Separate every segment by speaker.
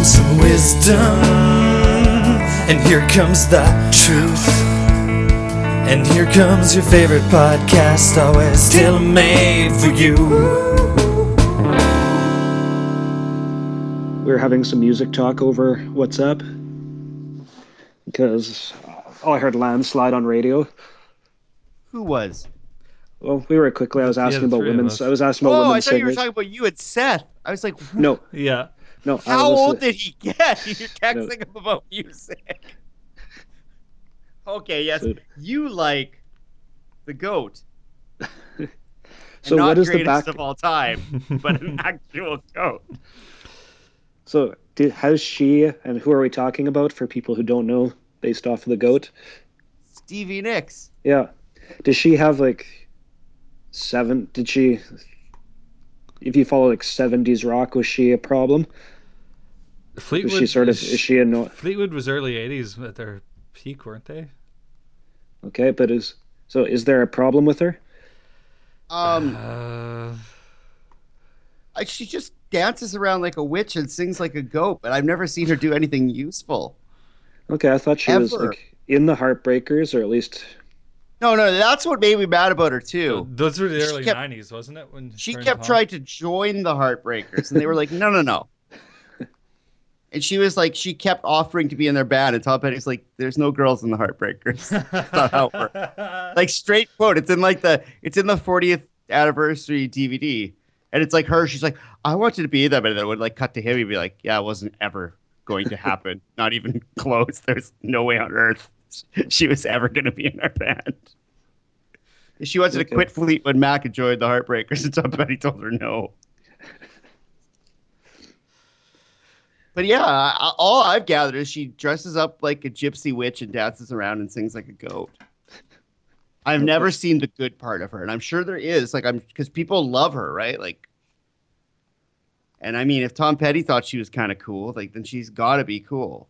Speaker 1: is done. And here comes the truth. And here comes your favorite podcast, always still made for you.
Speaker 2: we were having some music talk over what's up because oh i heard landslide on radio
Speaker 3: Who was?
Speaker 2: well we were quickly i was asking
Speaker 4: the
Speaker 2: about
Speaker 4: three of
Speaker 2: women's
Speaker 4: us.
Speaker 2: i was asking about
Speaker 3: Oh, I
Speaker 2: women's
Speaker 3: thought you were
Speaker 2: singers.
Speaker 3: talking about you and Seth. I was like,
Speaker 2: no
Speaker 4: Yeah.
Speaker 2: no
Speaker 3: how
Speaker 2: I was
Speaker 3: old
Speaker 2: listening-
Speaker 3: did he get? You're texting him about music. okay, yes,
Speaker 2: Dude.
Speaker 3: you like the goat.
Speaker 2: so
Speaker 3: not
Speaker 2: what is the
Speaker 3: greatest
Speaker 2: back
Speaker 3: of all time, but an actual goat.
Speaker 2: so do, how's she and who are we talking about for people who don't know based off of the goat
Speaker 3: Stevie Nicks.
Speaker 2: yeah does she have like seven did she if you follow like 70s rock was she a problem
Speaker 4: Fleetwood.
Speaker 2: is she sort of
Speaker 4: is-
Speaker 2: is she a no
Speaker 4: Fleetwood was early '80s at their peak, weren't they?
Speaker 2: okay but is so is there a problem with her
Speaker 3: Um,
Speaker 4: Uh,
Speaker 3: I- she just dances around like a witch and sings like a goat, but I've never seen her do anything useful.
Speaker 2: Okay, I thought she was
Speaker 3: Ever.
Speaker 2: like in the Heartbreakers, or at least
Speaker 3: No, no, that's what made me mad about her too.
Speaker 4: those were the
Speaker 3: She
Speaker 4: early
Speaker 3: kept-
Speaker 4: '90s, wasn't it? When
Speaker 3: She
Speaker 4: her and
Speaker 3: kept
Speaker 4: Tom-
Speaker 3: trying to join the Heartbreakers, and they were like, "No, no, no." And she was like, she kept offering to be in their band, and Tom Petty's like, "There's no girls in the Heartbreakers." not how it like straight quote. It's in like the it's in the 40th anniversary DVD, and it's like her. She's like, "I wanted to be in that," but then it would like cut to him. He'd be like, "Yeah, it wasn't ever going to happen. Not even close. There's no way on earth she was ever going to be in our band." She wanted
Speaker 2: Okay.
Speaker 3: to quit Fleetwood Mac and join the Heartbreakers, and somebody told her no. But yeah, I- all I've gathered is she dresses up like a gypsy witch and dances around and sings like a goat. I've never seen the good part of her, and I'm sure there is. Like I'm because people love her, right? Like, and I mean, if Tom Petty thought she was kind of cool, like then she's got to be cool.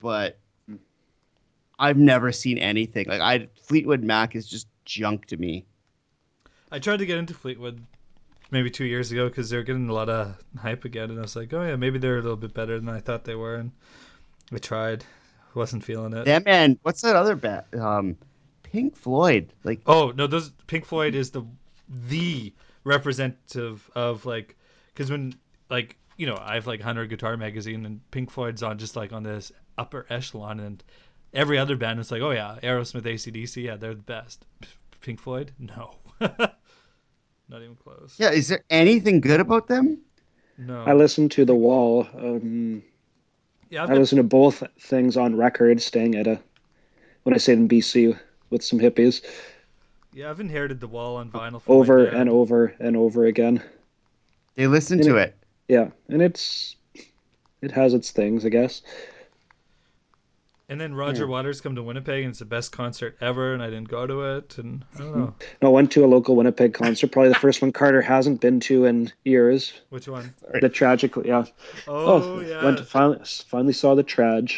Speaker 3: But I've never seen anything like I Fleetwood Mac is just junk to me.
Speaker 4: I tried to get into Fleetwood maybe two years ago because they were getting a lot of hype again, and I was like, oh yeah, maybe they're a little bit better than I thought they were, and I tried, wasn't feeling it.
Speaker 3: That man, what's that other bat? Um, Pink Floyd. Like,
Speaker 4: Oh no, those Pink Floyd is the the representative of like because when like you know I have like Hunter Guitar Magazine and Pink Floyd's on just like on this upper echelon and every other band is like oh yeah Aerosmith ACDC yeah they're the best P- Pink Floyd no not even close
Speaker 3: yeah, is there anything good about them?
Speaker 4: no
Speaker 2: I listened to The Wall. Um,
Speaker 4: yeah Oh. I've
Speaker 2: I
Speaker 4: got-
Speaker 2: listened to both things on record, staying at a when I stayed in BC with some hippies
Speaker 4: yeah I've inherited the wall on vinyl from Oh my
Speaker 2: over
Speaker 4: dad.
Speaker 2: and over and over again.
Speaker 3: They listen
Speaker 2: You
Speaker 3: to
Speaker 2: know-
Speaker 3: it.
Speaker 2: Yeah, and it's it has its things, I guess.
Speaker 4: and then Roger Waters come to Winnipeg and it's the best concert ever and I didn't go to it and I don't know
Speaker 2: No, I went to a local Winnipeg concert, probably the first one Carter hasn't been to in years.
Speaker 4: which one
Speaker 2: The tragic, yeah.
Speaker 4: oh, yeah
Speaker 2: went to finally finally saw the Trag.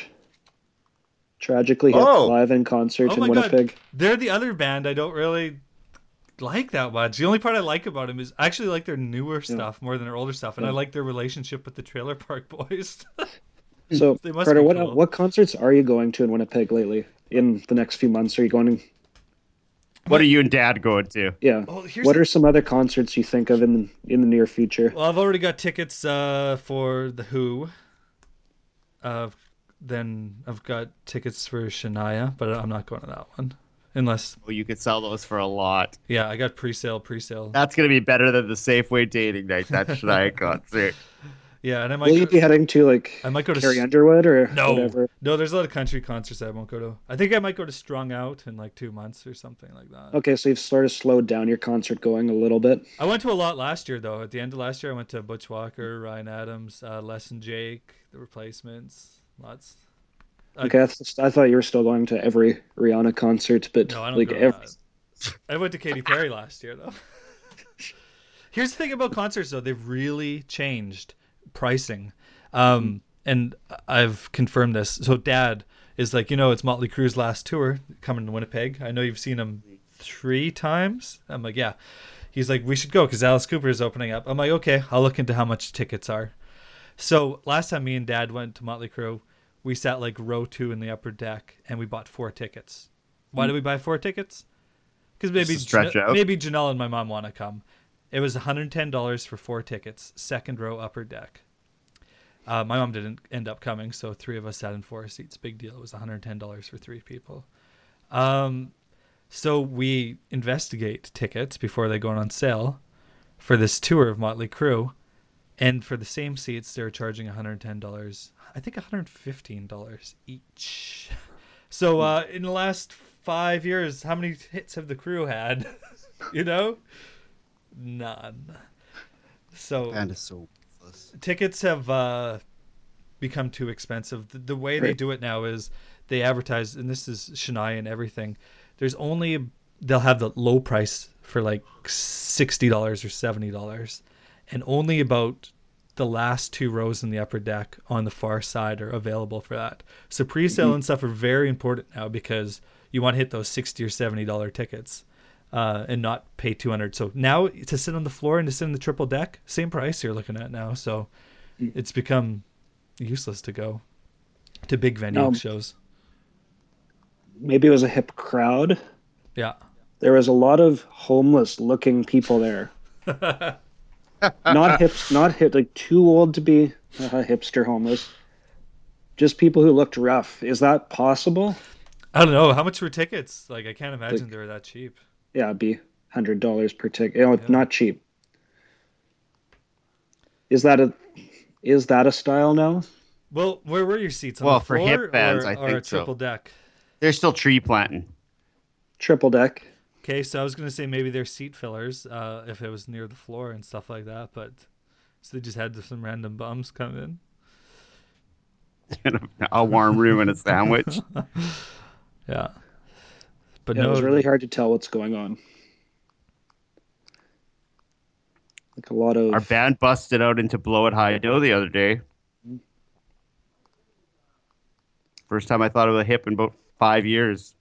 Speaker 2: Tragically hit
Speaker 3: Oh.
Speaker 2: live in concert
Speaker 4: Oh
Speaker 2: in
Speaker 4: my God.
Speaker 2: Winnipeg.
Speaker 4: They're the other band I don't really like that much. The only part I like about them is I actually like their newer stuff more than their older stuff, and I like their relationship with the Trailer Park Boys. Hmm.
Speaker 2: So,
Speaker 4: They must
Speaker 2: Carter,
Speaker 4: be
Speaker 2: what
Speaker 4: cool.
Speaker 2: what concerts are you going to in Winnipeg lately? In the next few months, are you going?
Speaker 3: What are you and Dad going to?
Speaker 2: Yeah.
Speaker 4: Oh, here's
Speaker 2: what
Speaker 4: the-
Speaker 2: are some other concerts you think of in in the near future?
Speaker 4: well, I've already got tickets uh, for the Who. Uh, then I've got tickets for Shania, but I'm not going to that one unless
Speaker 3: Well, Oh, you could sell those for a lot.
Speaker 4: yeah, I got pre-sale, pre-sale.
Speaker 2: Uh,
Speaker 3: That's gonna be better than the Safeway dating night. That Shania concert.
Speaker 4: Yeah, and I might
Speaker 2: Will you
Speaker 4: go-
Speaker 2: be heading to like
Speaker 4: I might go to
Speaker 2: Carrie
Speaker 4: s-
Speaker 2: Underwood or
Speaker 4: no
Speaker 2: whatever?
Speaker 4: no. There's a lot of country concerts I won't go to. I think I might go to Strung Out in like two months or something like that.
Speaker 2: Okay, so you've sort of slowed down your concert going a little bit.
Speaker 4: I went to a lot last year, though. At the end of last year, I went to Butch Walker, Ryan Adams, uh, Les and Jake, The Replacements, lots. I-
Speaker 2: Okay, that's, I thought you were still going to every Rihanna concert, but
Speaker 4: No, I don't
Speaker 2: like
Speaker 4: go to
Speaker 2: every,
Speaker 4: that. I went to Katy Perry last year, though. Here's the thing about concerts, though. They've really changed pricing. Um, and I've confirmed this. So, Dad is like, you know, it's Motley Crue's last tour coming to Winnipeg. I know you've seen him three times. I'm like, yeah. He's like, we should go because Alice Cooper is opening up. I'm like, okay, I'll look into how much tickets are. So last time me and Dad went to Motley Crue, we sat like row two in the upper deck, and we bought four tickets. Why did we buy four tickets? Because maybe
Speaker 3: to stretch
Speaker 4: Jane-
Speaker 3: out.
Speaker 4: maybe Janelle and my mom want to come. It was $110 for four tickets, second row upper deck. Uh, my mom didn't end up coming, so three of us sat in four seats. Big deal. It was $110 for three people. Um, so we investigate tickets before they go on sale for this tour of Motley Crue, and for the same seats they were charging $110. I think $115 each. So uh, in the last five years, how many hits have the crew had? you know, none. So
Speaker 3: Band is so worthless.
Speaker 4: tickets have uh, become too expensive. The, the way they
Speaker 2: Right.
Speaker 4: do it now is they advertise, and this is Shania and everything. There's only they'll have the low price for like sixty dollars or seventy dollars, and only about the last two rows in the upper deck on the far side are available for that. So pre-sale and stuff are very important now because you want to hit those sixty or seventy dollar tickets. Uh, and not pay 200 so now to sit on the floor and to sit in the triple deck same price you're looking at now so it's become useless to go to big venue
Speaker 2: Um,
Speaker 4: shows
Speaker 2: Maybe it was a hip crowd.
Speaker 4: yeah
Speaker 2: There was a lot of homeless looking people there.
Speaker 3: Uh,
Speaker 2: not hips, not hip, like too old to be uh, hipster homeless. Just people who looked rough. Is that possible?
Speaker 4: I don't know how much were tickets. Like I can't imagine
Speaker 2: Like-
Speaker 4: they were that cheap.
Speaker 2: Yeah, it'd be hundred dollars per ticket. You know, it's
Speaker 4: Yeah.
Speaker 2: not cheap. Is that a is that a style now?
Speaker 4: Well, where were your seats? On
Speaker 3: Well,
Speaker 4: the
Speaker 3: for
Speaker 4: floor
Speaker 3: hip bands,
Speaker 4: or,
Speaker 3: I
Speaker 4: or
Speaker 3: think
Speaker 4: a
Speaker 3: so.
Speaker 4: triple deck.
Speaker 3: They're still tree planting.
Speaker 2: Triple deck.
Speaker 4: Okay, so I was gonna say maybe they're seat fillers uh, if it was near the floor and stuff like that, but so they just had some random bums come in.
Speaker 3: a warm room and a sandwich.
Speaker 4: Yeah, but
Speaker 2: Yeah,
Speaker 4: no,
Speaker 2: it was really hard to tell what's going on. Like a lot of
Speaker 3: Our band busted out into Blow It High Dough the other day. First time I thought of a hip in about five years.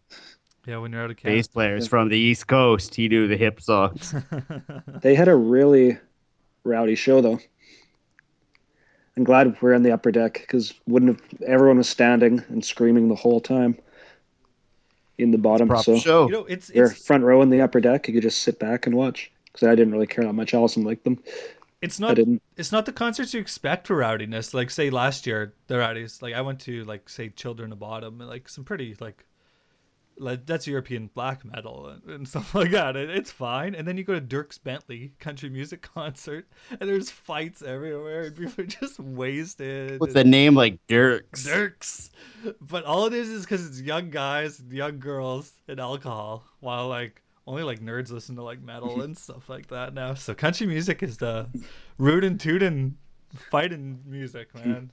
Speaker 4: yeah. When you're out of
Speaker 3: Bass
Speaker 4: camp,
Speaker 3: players from the East Coast. He knew the hip songs.
Speaker 2: they had a really rowdy show though. I'm glad we're in the upper deck because wouldn't have everyone was standing and screaming the whole time in the bottom.
Speaker 3: Prop
Speaker 2: so
Speaker 4: you
Speaker 3: show.
Speaker 4: know it's
Speaker 2: your
Speaker 4: it's
Speaker 2: front row in the upper deck, you could just sit back and watch. Because I didn't really care that much. Allison liked them.
Speaker 4: it's
Speaker 2: I
Speaker 4: not
Speaker 2: didn't.
Speaker 4: it's not the concerts you expect for rowdiness. Like say last year, the rowdies. Like I went to like say Children of Bottom, and like some pretty like, like that's European black metal and, and stuff like that. And it's fine. And then you go to Dirks Bentley country music concert, and there's fights everywhere, and people are just wasted.
Speaker 3: With
Speaker 4: and-
Speaker 3: a name like Dirks.
Speaker 4: Dirks. But all it is is because it's young guys, and young girls, and alcohol. While like only like nerds listen to like metal and stuff like that now. So country music is the root and toot and fighting music, man.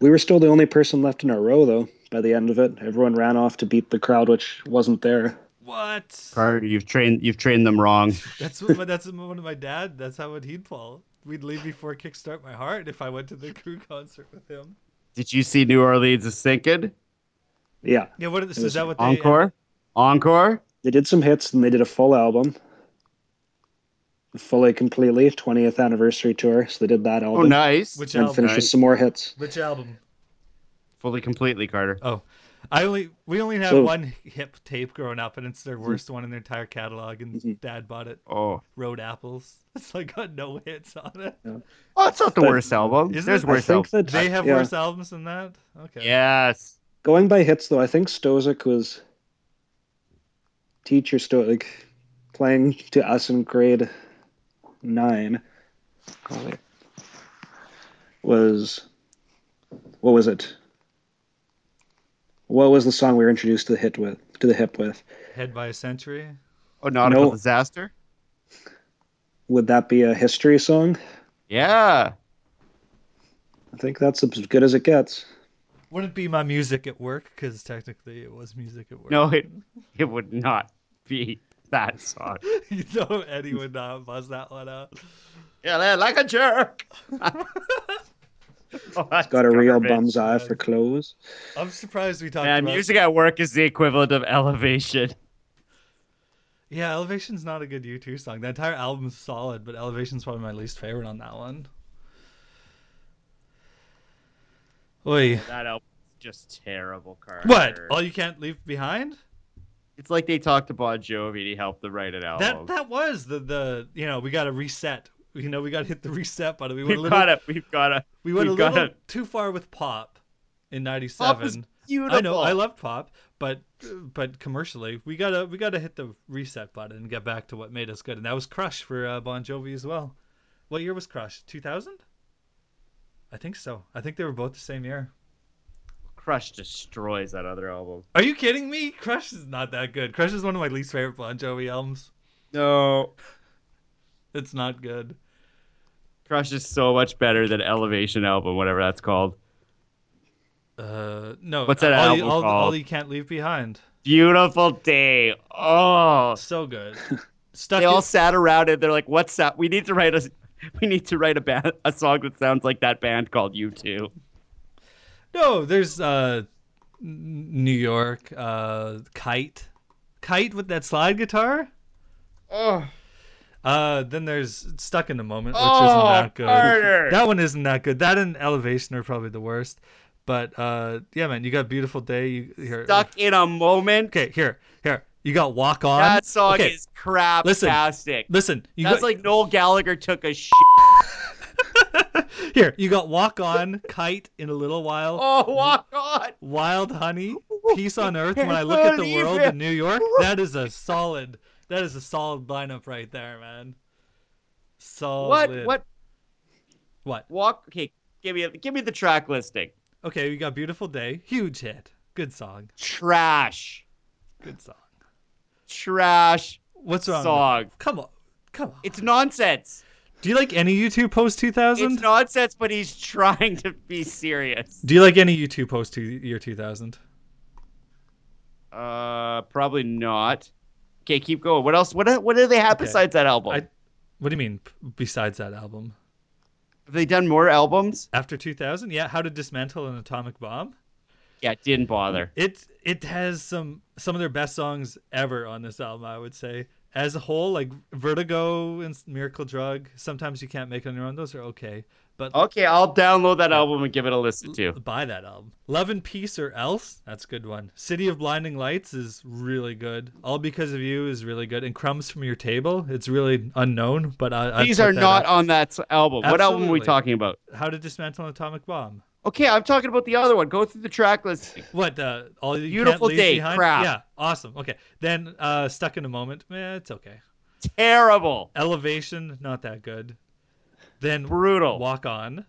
Speaker 2: We were still the only person left in our row, though. By the end of it, everyone ran off to beat the crowd, which wasn't there.
Speaker 4: What?
Speaker 3: Carter, you've trained you've trained them wrong.
Speaker 4: That's what. my- That's one of my dad. That's how it he'd fall. We'd leave before Kickstart My Heart if I went to the crew concert with him.
Speaker 3: Did you see New Orleans is sinking?
Speaker 2: Yeah,
Speaker 4: Yeah, what is,
Speaker 2: It
Speaker 4: is
Speaker 2: was
Speaker 4: that? What they
Speaker 3: Encore? Encore?
Speaker 2: they did some hits and they did a full album, fully completely 20th anniversary tour. So they did that
Speaker 3: Oh
Speaker 2: album
Speaker 3: nice.
Speaker 4: Which
Speaker 2: and
Speaker 4: album?
Speaker 2: finished with
Speaker 3: nice.
Speaker 2: some more hits.
Speaker 4: Which album?
Speaker 3: Fully completely, Carter.
Speaker 4: I only we only have
Speaker 2: So-
Speaker 4: one hip tape growing up, and it's their worst one in their entire catalog. And
Speaker 2: Mhm.
Speaker 4: Dad bought it.
Speaker 3: Oh.
Speaker 4: Road Apples. It's like got no hits on it.
Speaker 3: Well, it's Oh, not the
Speaker 2: But-
Speaker 3: worst album.
Speaker 4: Isn't
Speaker 3: There's
Speaker 4: it- I
Speaker 2: I
Speaker 3: worse
Speaker 2: think
Speaker 3: albums.
Speaker 2: that
Speaker 4: They have
Speaker 2: yeah.
Speaker 4: worse albums than that. Okay.
Speaker 3: Yes.
Speaker 2: Going by hits, though, I think Stozic was teacher Stozic playing to us in grade nine. Was what was it? What was the song we were introduced to the hit with? To the hip with?
Speaker 4: Head by a Century.
Speaker 3: Oh, nautical
Speaker 2: No.
Speaker 3: disaster.
Speaker 2: Would that be a history song?
Speaker 3: Yeah.
Speaker 2: I think that's as good as it gets.
Speaker 4: Wouldn't be my music at work because technically it was music at work.
Speaker 3: No, it it would not be that song.
Speaker 4: you know Eddie would not buzz that one out.
Speaker 3: yeah, they're like a jerk. Oh, that's
Speaker 2: Got a real
Speaker 3: garbage.
Speaker 2: bum's eye
Speaker 4: yeah.
Speaker 2: for clothes.
Speaker 4: I'm surprised we talked
Speaker 3: Man,
Speaker 4: about.
Speaker 3: music at work is the equivalent of elevation.
Speaker 4: Yeah, Elevation's not a good U2 song. The entire album's solid, but Elevation's probably my least favorite on that one. Oy.
Speaker 5: That album's just terrible, Carl.
Speaker 4: What? All you can't leave behind?
Speaker 3: Oh, It's like they talked to Bon Jovi to help them write it out.
Speaker 4: That that was the the you know we got to reset. You know we got to hit the reset button. We went
Speaker 5: we've
Speaker 4: a little
Speaker 5: got it. We've got it.
Speaker 4: we went a
Speaker 5: we've got
Speaker 4: little
Speaker 5: to-
Speaker 4: too far with pop in
Speaker 3: Pop is
Speaker 4: '97.
Speaker 3: beautiful.
Speaker 4: I know I loved pop, but but commercially we gotta we gotta hit the reset button and get back to what made us good, and that was Crush for uh, Bon Jovi as well. What year was Crush? 2000? I think so. I think they were both the same year.
Speaker 3: Crush destroys that other album.
Speaker 4: Are you kidding me? Crush is not that good. Crush is one of my least favorite Bon Jovi albums.
Speaker 3: No,
Speaker 4: It's not good.
Speaker 3: Crush is so much better than Elevation album, whatever that's called.
Speaker 4: Uh, no.
Speaker 3: What's that
Speaker 4: all you,
Speaker 3: album
Speaker 4: all, all
Speaker 3: called?
Speaker 4: you can't leave behind.
Speaker 3: Beautiful day. Oh,
Speaker 4: So good. Stuck.
Speaker 3: they
Speaker 4: in-
Speaker 3: all sat around and they're like, "What's that? We need to write a, we need to write a band, a song that sounds like that band called U two.
Speaker 4: No, there's uh, N- New York. Uh, kite, kite with that slide guitar.
Speaker 3: Oh,
Speaker 4: Uh, then there's Stuck in the Moment, which
Speaker 3: Oh,
Speaker 4: isn't that good.
Speaker 3: Carter.
Speaker 4: That one isn't that good. That and Elevation are probably the worst. But uh, yeah, man, you got Beautiful Day. You here.
Speaker 3: Stuck in a moment.
Speaker 4: Okay, here, here. You got Walk On.
Speaker 3: That song
Speaker 4: okay,
Speaker 3: is crap.
Speaker 4: listen.
Speaker 3: Fantastic.
Speaker 4: Listen, you
Speaker 3: That's
Speaker 4: got
Speaker 3: like Noel Gallagher took a shit.
Speaker 4: here. You got Walk On, Kite in a little while.
Speaker 3: Oh, walk on.
Speaker 4: Wild Honey, Peace on Earth. When I look at the world in New York, that is a solid. That is a solid lineup right there, man.
Speaker 3: What?
Speaker 4: Solid.
Speaker 3: What?
Speaker 4: What?
Speaker 3: Walk. Okay, give me give me the track listing.
Speaker 4: Okay, we got Beautiful Day, huge hit, good song,
Speaker 3: Trash.
Speaker 4: good song.
Speaker 3: Trash
Speaker 4: What's wrong? with-
Speaker 3: song.
Speaker 4: Come on, come on.
Speaker 3: It's nonsense.
Speaker 4: Do you like any YouTube post two
Speaker 3: It's
Speaker 4: thousand?
Speaker 3: nonsense, but he's trying to be serious.
Speaker 4: Do you like any YouTube post two year two thousand?
Speaker 3: Uh, probably not. Okay, keep going. What else? What what do they have
Speaker 4: Okay.
Speaker 3: besides that album?
Speaker 4: I- What do you mean? p- Besides that album,
Speaker 3: Have they done more albums?
Speaker 4: after two thousand, yeah. How to dismantle an atomic bomb?
Speaker 3: Yeah, didn't bother.
Speaker 4: it it has some some of their best songs ever on this album i would say as a whole like vertigo and miracle drug sometimes you can't make it on your own those are okay but
Speaker 3: Okay, I'll download that album and give it a listen
Speaker 4: l-
Speaker 3: to.
Speaker 4: buy that album love and peace or else that's a good one city of blinding lights is really good all because of you is really good and crumbs from your table it's really unknown but i I'd
Speaker 3: These
Speaker 4: put
Speaker 3: are
Speaker 4: that
Speaker 3: not
Speaker 4: up.
Speaker 3: on that s- album. What album are we
Speaker 4: Absolutely.
Speaker 3: talking about?
Speaker 4: how to dismantle an atomic bomb
Speaker 3: Okay, I'm talking about the other one. Go through the track list.
Speaker 4: What uh, all you
Speaker 3: Beautiful
Speaker 4: can't leave
Speaker 3: Day,
Speaker 4: behind?
Speaker 3: crap.
Speaker 4: Yeah, awesome. Okay, then uh, stuck in a moment. Eh, it's okay.
Speaker 3: Terrible,
Speaker 4: Elevation, not that good. Then
Speaker 3: brutal,
Speaker 4: Walk On,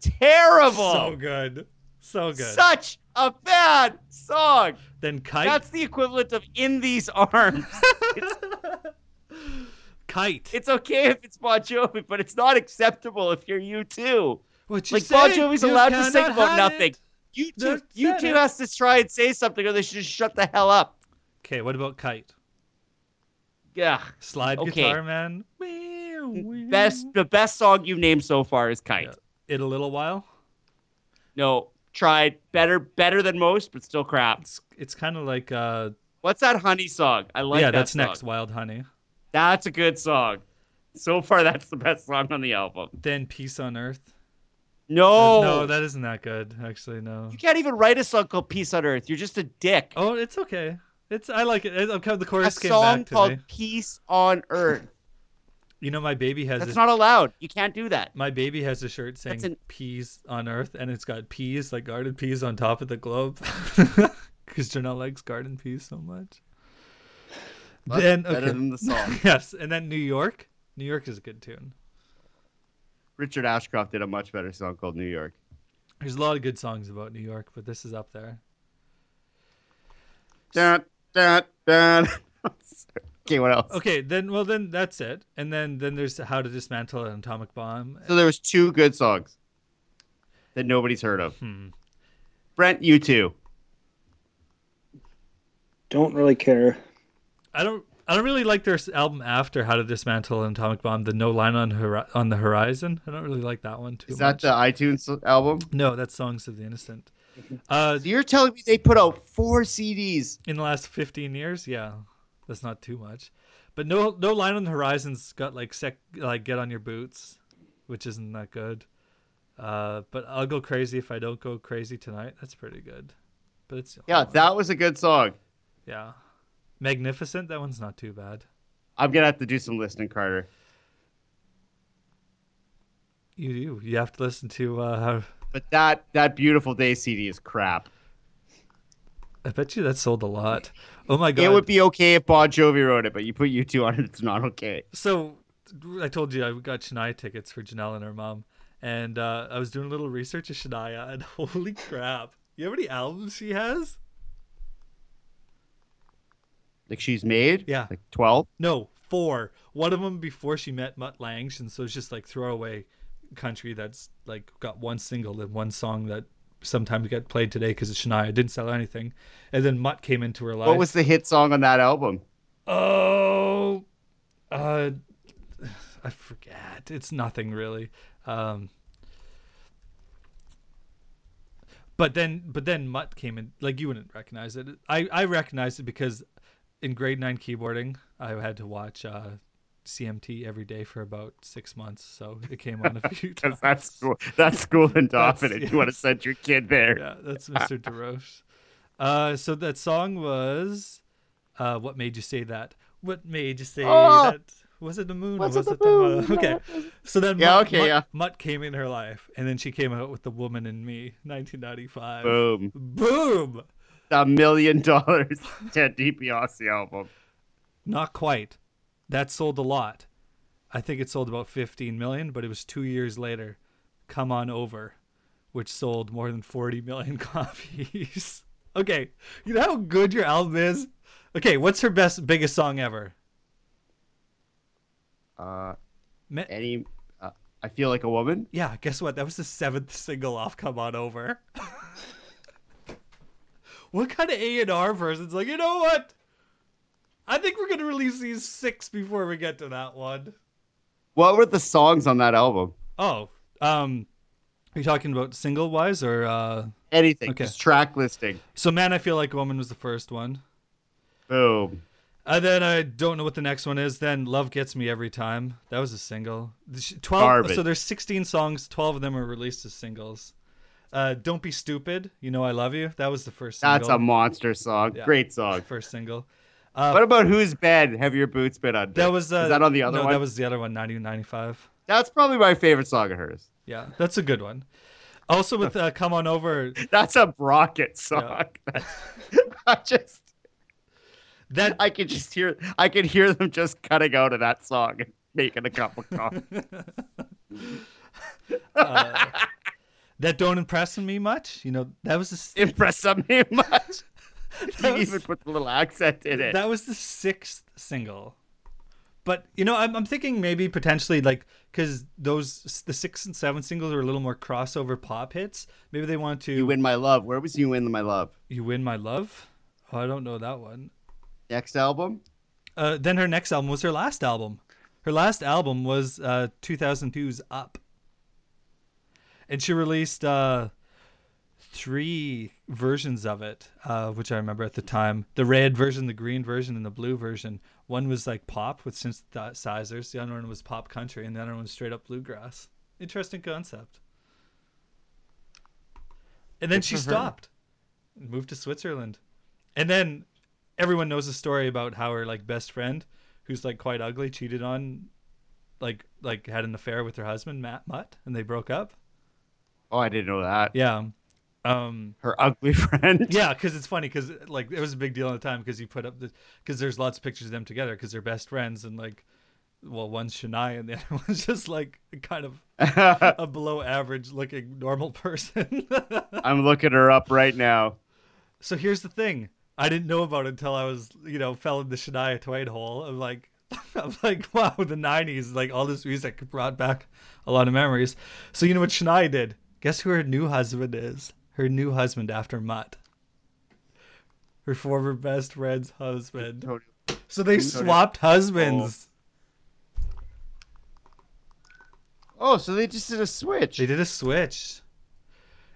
Speaker 3: terrible.
Speaker 4: so good, so good.
Speaker 3: Such a bad song.
Speaker 4: then Kite,
Speaker 3: That's the equivalent of In These Arms.
Speaker 4: Kite.
Speaker 3: it's okay if it's Bon Jovi, but it's not acceptable if you're you too.
Speaker 4: what
Speaker 3: like, Bon Jovi's allowed to sing about nothing. You two,
Speaker 4: That's
Speaker 3: you
Speaker 4: it.
Speaker 3: two has to try and say something, or they should just shut the hell up.
Speaker 4: Okay, what about Kite?
Speaker 3: Yeah,
Speaker 4: Slide
Speaker 3: Okay.
Speaker 4: guitar man.
Speaker 3: best the best song you've named so far is Kite.
Speaker 4: Yeah. In a little while.
Speaker 3: No, tried better, better than most, but still crap.
Speaker 4: It's it's kind of like uh
Speaker 3: What's that Honey song? I like
Speaker 4: yeah
Speaker 3: that
Speaker 4: that's
Speaker 3: song.
Speaker 4: next Wild Honey.
Speaker 3: That's a good song. So far, that's the best song on the album.
Speaker 4: Then Peace on Earth. Uh,
Speaker 3: No,
Speaker 4: no, that isn't that good actually. No.
Speaker 3: Oh. you can't even write a song called Peace on Earth. You're just a dick.
Speaker 4: Oh, it's okay. It's I like it. I'm kind of the
Speaker 3: a
Speaker 4: chorus came
Speaker 3: song
Speaker 4: back to
Speaker 3: called
Speaker 4: me.
Speaker 3: Peace on Earth.
Speaker 4: You know, my baby has
Speaker 3: That's
Speaker 4: this
Speaker 3: not allowed. You can't do that.
Speaker 4: My baby has a shirt saying
Speaker 3: That's an-
Speaker 4: peas on earth, and it's got peas, like garden peas, on top of the globe. Because Janelle likes garden peas so much.
Speaker 3: That's
Speaker 4: then,
Speaker 3: better
Speaker 4: okay.
Speaker 3: than the song.
Speaker 4: yes, and then New York. New York is a good tune.
Speaker 3: Richard Ashcroft did a much better song called New York.
Speaker 4: There's a lot of good songs about New York, but this is up there.
Speaker 3: Dun, dun, dun. okay, what else?
Speaker 4: Okay, then, well, then that's it. And then, then there's How to Dismantle an Atomic Bomb.
Speaker 3: So there was two good songs that nobody's heard of.
Speaker 4: Hmm.
Speaker 3: Brent, you too.
Speaker 2: Don't really care.
Speaker 4: I don't. I don't really like their s- album after How to Dismantle an Atomic Bomb, the No Line on Hori- on the Horizon. I don't really like that one too
Speaker 3: Is that
Speaker 4: much.
Speaker 3: the iTunes album?
Speaker 4: No, that's Songs of the Innocent.
Speaker 3: Mm-hmm.
Speaker 4: Uh,
Speaker 3: You're telling me they put out four CDs.
Speaker 4: in the last 15 years, yeah, that's not too much. But no, no line on the horizon's got like sec, like get on your boots, which isn't that good. Uh, but I'll go crazy if I don't go crazy tonight. That's pretty good. But it's
Speaker 3: Yeah, that was a good song.
Speaker 4: yeah, magnificent. That one's not too bad.
Speaker 3: I'm gonna have to do some listening, Carter.
Speaker 4: You you you have to listen to. Uh,
Speaker 3: But that that beautiful day CD is crap.
Speaker 4: I bet you that sold a lot. Oh my god!
Speaker 3: It would be okay if Bon Jovi wrote it, but you put you two on it, it's not okay.
Speaker 4: so I told you I got Shania tickets for Janelle and her mom, and uh, I was doing a little research of Shania, and holy crap! You know how many albums she has?
Speaker 3: Like she's made,
Speaker 4: Yeah.
Speaker 3: like twelve.
Speaker 4: No, four. One of them before she met Mutt Lange, and so it's just like throwaway country that's like got one single and one song that sometimes get played today because it's Shania. It didn't sell anything, and then Mutt came into her life.
Speaker 3: What was the hit song on that album?
Speaker 4: Oh, uh, I forget. It's nothing really. Um, but then, but then Mutt came in. Like you wouldn't recognize it. I I recognized it because in grade nine keyboarding, I had to watch uh, CMT every day for about six months, so it came on a few times.
Speaker 3: Because that's school, that's school in
Speaker 4: That's-
Speaker 3: Dauphin, and you want to send your kid there.
Speaker 4: Yeah, that's Mr. DeRoche. Uh, so that song was, uh, what made you say that? What made you say
Speaker 3: Oh!
Speaker 4: that? Was it the moon?
Speaker 3: Was it
Speaker 4: or was
Speaker 3: the
Speaker 4: it the
Speaker 3: moon?
Speaker 4: Okay. So then,
Speaker 3: Yeah,
Speaker 4: Mutt,
Speaker 3: okay,
Speaker 4: Mutt,
Speaker 3: yeah.
Speaker 4: Mutt came in her life, and then she came out with the woman and me, 1995.
Speaker 3: Boom,
Speaker 4: Boom!
Speaker 3: a million dollars, Ted DiBiase album.
Speaker 4: Not quite. That sold a lot. I think it sold about 15 million, but it was two years later. Come on over, which sold more than 40 million copies. okay, you know how good your album is. Okay, what's her best, biggest song ever?
Speaker 3: Uh,
Speaker 4: Me-
Speaker 3: any, uh, I feel like a woman.
Speaker 4: yeah, guess what? That was the seventh single off "Come On Over." what kind of A and R person's like, you know what? I think we're gonna release these six before we get to that one.
Speaker 3: What were the songs on that album?
Speaker 4: Oh, um, are you talking about single wise or uh?
Speaker 3: Anything?
Speaker 4: Okay.
Speaker 3: Just track listing.
Speaker 4: So, man, I feel like a woman was the first one.
Speaker 3: Boom.
Speaker 4: And then I don't know what the next one is. Then love gets me every time. That was a single. The sh- Twelve.
Speaker 3: Garbage.
Speaker 4: So there's 16 songs. Twelve of them are released as singles. Uh, don't be stupid. You know I love you. That was the first. Single.
Speaker 3: That's a monster song.
Speaker 4: Yeah.
Speaker 3: Great song.
Speaker 4: first single. Uh,
Speaker 3: What about whose bed have your boots been on?
Speaker 4: that was uh,
Speaker 3: Is that on the other
Speaker 4: no,
Speaker 3: one?
Speaker 4: That was the other one. 1995.
Speaker 3: That's probably my favorite song of hers.
Speaker 4: Yeah, that's a good one. Also with uh, come on over.
Speaker 3: That's a Brocket song. I just
Speaker 4: That
Speaker 3: I could just hear I could hear them just cutting out of that song and making a cup of coffee.
Speaker 4: uh, that don't impress me much. You know, that was the s-
Speaker 3: Impress on me much.
Speaker 4: That
Speaker 3: You
Speaker 4: was-
Speaker 3: even put the little accent in it.
Speaker 4: that was the sixth single. But you know, I'm, I'm thinking maybe potentially like because those the sixth and seventh singles are a little more crossover pop hits. Maybe they want to
Speaker 3: you win my love. Where was you win my love?
Speaker 4: You Win my love. Oh, I don't know that one.
Speaker 3: Next album?
Speaker 4: Uh, then her next album was her last album. Her last album was uh, 2002's Up. And she released uh, three versions of it, uh, which I remember at the time the red version, the green version, and the blue version. One was like pop with synthesizers, the other one was pop country, and the other one was straight up bluegrass. Interesting concept. And then
Speaker 3: Good
Speaker 4: she
Speaker 3: for her.
Speaker 4: stopped and moved to Switzerland. And then everyone knows the story about how her like best friend, who's like quite ugly, cheated on, like like had an affair with her husband Matt Mutt, and they broke up.
Speaker 3: Oh, I didn't know that.
Speaker 4: Yeah, um,
Speaker 3: Her ugly friend.
Speaker 4: yeah, because it's funny because like it was a big deal at the time because you put up the because there's lots of pictures of them together because they're best friends and like, well, one's Shania and the other one's just like kind of a below average looking normal person.
Speaker 3: I'm looking her up right now.
Speaker 4: So here's the thing. I didn't know about it until I was, you know, fell in the Shania Twain hole. I'm like, I'm like, wow, the '90s, like all this music brought back a lot of memories. So you know what Shania did? Guess who her new husband is? Her new husband after Mutt. Her former best friend's husband.
Speaker 3: Tony-
Speaker 4: So they swapped husbands.
Speaker 3: Oh, so they just did a switch.
Speaker 4: They did a switch.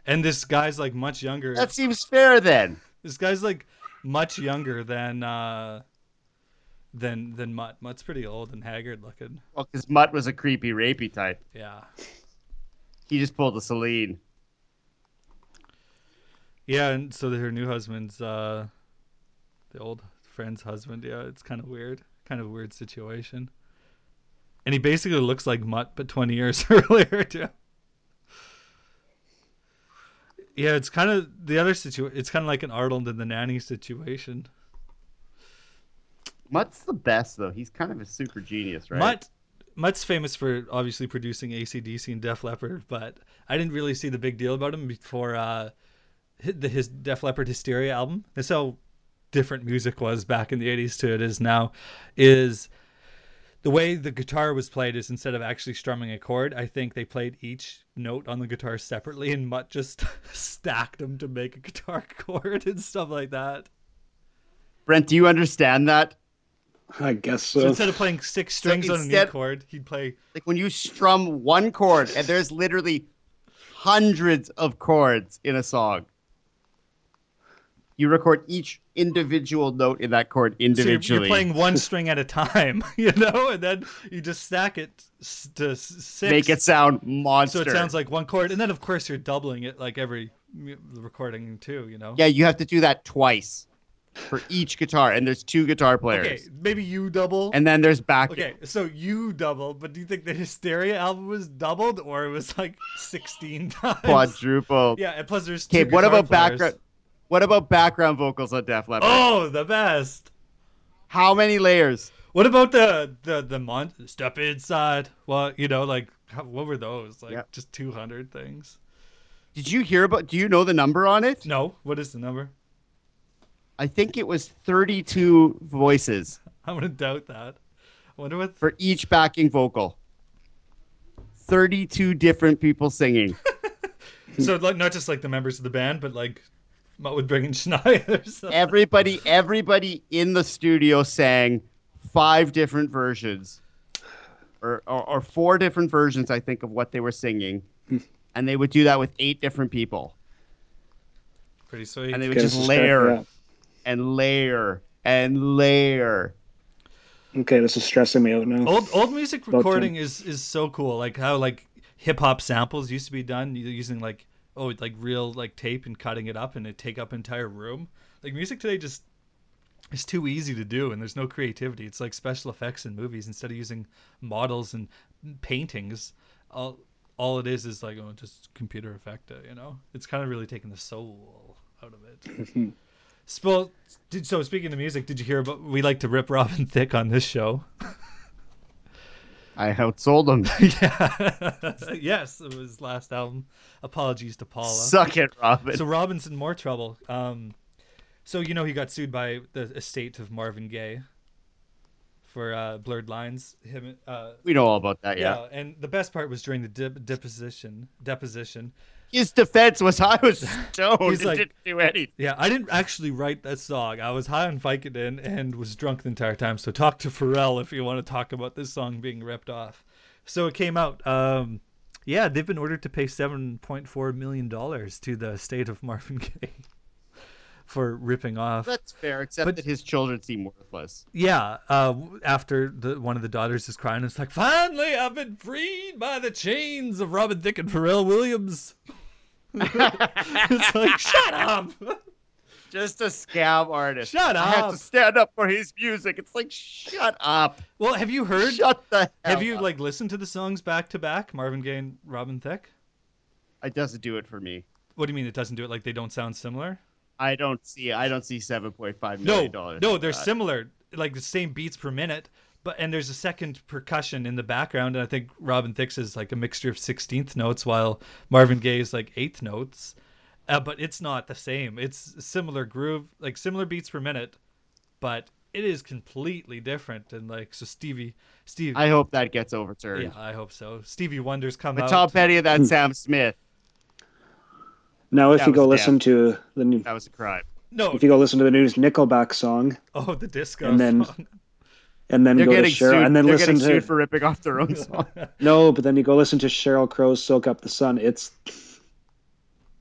Speaker 4: And this guy's like much younger.
Speaker 3: That seems fair then.
Speaker 4: This guy's like much younger than uh than than Mutt. Mutt's pretty old and haggard looking.
Speaker 3: Well, because Mutt was a creepy, rapey type.
Speaker 4: Yeah.
Speaker 3: He just pulled a Celine.
Speaker 4: Yeah, and so her new husband's uh the old friend's husband. Yeah, it's kind of weird. Kind of a weird situation. And he basically looks like Mutt, but 20 years earlier, too. Yeah, it's kind of the other situation. It's kind of like an Arnold and the Nanny situation.
Speaker 3: Mutt's the best though. He's kind of a super genius, right?
Speaker 4: Mutt, Mutt's famous for obviously producing ACDC and Def Leppard, but I didn't really see the big deal about him before uh, hi- the, his Def Leppard Hysteria album. That's how different music was back in the 80s to it is now. Is the way the guitar was played is instead of actually strumming a chord, I think they played each note on the guitar separately, and Mutt just stacked them to make a guitar chord and stuff like that.
Speaker 3: Brent, do you understand that?
Speaker 2: I guess
Speaker 4: So
Speaker 2: so.
Speaker 4: instead of playing six strings on a
Speaker 3: instead-
Speaker 4: new chord, he'd play
Speaker 3: Like when you strum one chord and there's literally hundreds of chords in a song. You record each individual note in that chord
Speaker 4: So you're-
Speaker 3: individually.
Speaker 4: you're, playing one string at a time, you know, and then you just stack it s- to s- six.
Speaker 3: Make it sound monster.
Speaker 4: so it sounds like one chord, and then of course you're doubling it like every mu- recording too, you know.
Speaker 3: Yeah, you have to do that twice for each guitar, and there's two guitar players.
Speaker 4: Okay, maybe you double.
Speaker 3: And then there's back.
Speaker 4: okay, so you double, but do you think the Hysteria album was doubled or it was like 16 times?
Speaker 3: quadruple.
Speaker 4: Yeah, and plus there's two
Speaker 3: okay, what
Speaker 4: guitar
Speaker 3: about
Speaker 4: players.
Speaker 3: background? What about background vocals on Def Leppard?
Speaker 4: Oh, the best.
Speaker 3: How many layers?
Speaker 4: What about the the the mon- step inside? Well, you know, like how, what were those? Like
Speaker 3: Yeah.
Speaker 4: just 200 things.
Speaker 3: Did you hear about? Do you know the number on it?
Speaker 4: No, what is the number?
Speaker 3: I think it was 32 voices
Speaker 4: I'm gonna doubt that. I wonder what.
Speaker 3: for each backing vocal. 32 different people singing.
Speaker 4: So like, not just like the members of the band, but like Mutt would bring in Schneider. So.
Speaker 3: everybody, everybody in the studio sang five different versions, or, or or four different versions, I think, of what they were singing, and they would do that with eight different people,
Speaker 4: Pretty sweet.
Speaker 3: and they would
Speaker 2: Okay,
Speaker 3: just
Speaker 2: this is kinda-
Speaker 3: layer
Speaker 2: yeah.
Speaker 3: and layer and layer.
Speaker 2: Okay, this is stressing me out now.
Speaker 3: Oh,
Speaker 4: old old music
Speaker 2: About
Speaker 4: recording is is so cool. Like how like hip hop samples used to be done u- using like oh like real like tape and cutting it up and it take up entire room. Like music today just is too easy to do and there's no creativity. It's like special effects in movies instead of using models and paintings. All all it is is like oh just computer effect. it, You know, it's kind of really taking the soul out of it. Spo- did, so speaking of music, did you hear about we like to rip Robin Thicke on this show?
Speaker 3: I outsold them.
Speaker 4: yeah. yes, it was last album. Apologies to Paula.
Speaker 3: Suck it, Robin.
Speaker 4: so Robin's in more trouble. Um, so you know he got sued by the estate of Marvin Gaye for uh, blurred lines. Him. Uh,
Speaker 3: we know all about that. Yeah.
Speaker 4: yeah. And the best part was during the dip- deposition. Deposition.
Speaker 3: His defense was I was stoned
Speaker 4: He's
Speaker 3: and
Speaker 4: like-
Speaker 3: didn't do anything.
Speaker 4: Yeah, I didn't actually write that song. I was high on Vicodin and was drunk the entire time. So talk to Pharrell if you want to talk about this song being ripped off. So it came out. Um, yeah, they've been ordered to pay seven point four million dollars to the state of Marvin Gaye for ripping off.
Speaker 3: That's fair, except
Speaker 4: But-
Speaker 3: that his children seem worthless.
Speaker 4: Yeah, uh, w- after the one of the daughters is crying, it's like finally I've been freed by the chains of Robin Thicke and Pharrell Williams. it's like shut up.
Speaker 3: Just a scam artist.
Speaker 4: Shut
Speaker 3: I have
Speaker 4: up.
Speaker 3: to stand up for his music. It's like, shut up.
Speaker 4: Well, have you heard?
Speaker 3: Shut the hell
Speaker 4: Have you
Speaker 3: up.
Speaker 4: like listened to the songs back to back, Marvin Gaye and Robin Thicke?
Speaker 3: It doesn't do it for me.
Speaker 4: What do you mean it doesn't do it? Like they don't sound similar?
Speaker 3: I don't see. I don't see seven point five
Speaker 4: No,
Speaker 3: million dollars.
Speaker 4: no,
Speaker 3: for
Speaker 4: they're
Speaker 3: that.
Speaker 4: similar, like the same beats per minute. But and there's a second percussion in the background, and I think Robin Thicke's is like a mixture of sixteenth notes, while Marvin Gaye's like eighth notes. Uh, but it's not the same. It's similar groove, like similar beats per minute, but it is completely different. And like so, Stevie, Steve,
Speaker 3: I hope that gets overturned.
Speaker 4: yeah, I hope so. Stevie Wonder's come
Speaker 3: The
Speaker 4: out.
Speaker 3: top penny of
Speaker 2: Hmm.
Speaker 3: that Sam Smith.
Speaker 2: now, if
Speaker 3: that
Speaker 2: you go
Speaker 3: was
Speaker 2: listen to the new,
Speaker 3: That was a crime.
Speaker 4: no,
Speaker 2: if you go listen to the news Nickelback song,
Speaker 4: oh the disco.
Speaker 2: And then-
Speaker 4: song.
Speaker 2: and then
Speaker 3: They're
Speaker 2: go to
Speaker 3: getting
Speaker 2: Cheryl,
Speaker 3: sued.
Speaker 2: and then
Speaker 3: they're
Speaker 2: listen
Speaker 3: getting
Speaker 2: to
Speaker 3: sued for ripping off their own song.
Speaker 2: no, but then you go listen to Cheryl Crow's "Soak Up the Sun." It's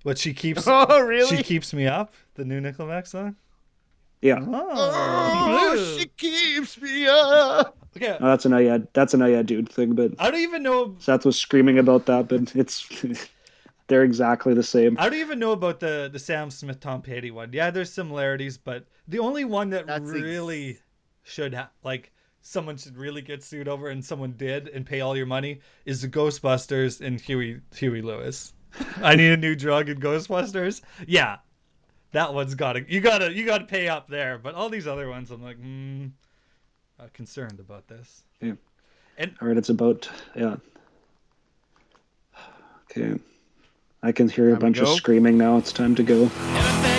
Speaker 4: But she keeps
Speaker 3: oh, really?
Speaker 4: she keeps me up. The new Nickelback song.
Speaker 2: Yeah,
Speaker 3: Oh, she keeps me up.
Speaker 4: okay.
Speaker 2: no, Oh, that's an yeah, that's an yeah, dude thing. But
Speaker 4: I don't even know.
Speaker 2: Seth was screaming about that, but it's they're exactly the same.
Speaker 4: I don't even know about the the Sam Smith Tom Petty one. Yeah, there's similarities, but the only one that
Speaker 3: That's ex-
Speaker 4: really should ha- like someone should really get sued over and someone did and pay all your money is the Ghostbusters and Huey Huey Lewis. I need a new drug in Ghostbusters. Yeah. That one's gotta you gotta you gotta pay up there, but all these other ones I'm like, hmm uh, concerned about this.
Speaker 2: All right, it's about yeah. Okay, I can hear a
Speaker 3: Time to
Speaker 2: bunch of
Speaker 3: go?
Speaker 2: screaming now. It's time to go.
Speaker 1: Everything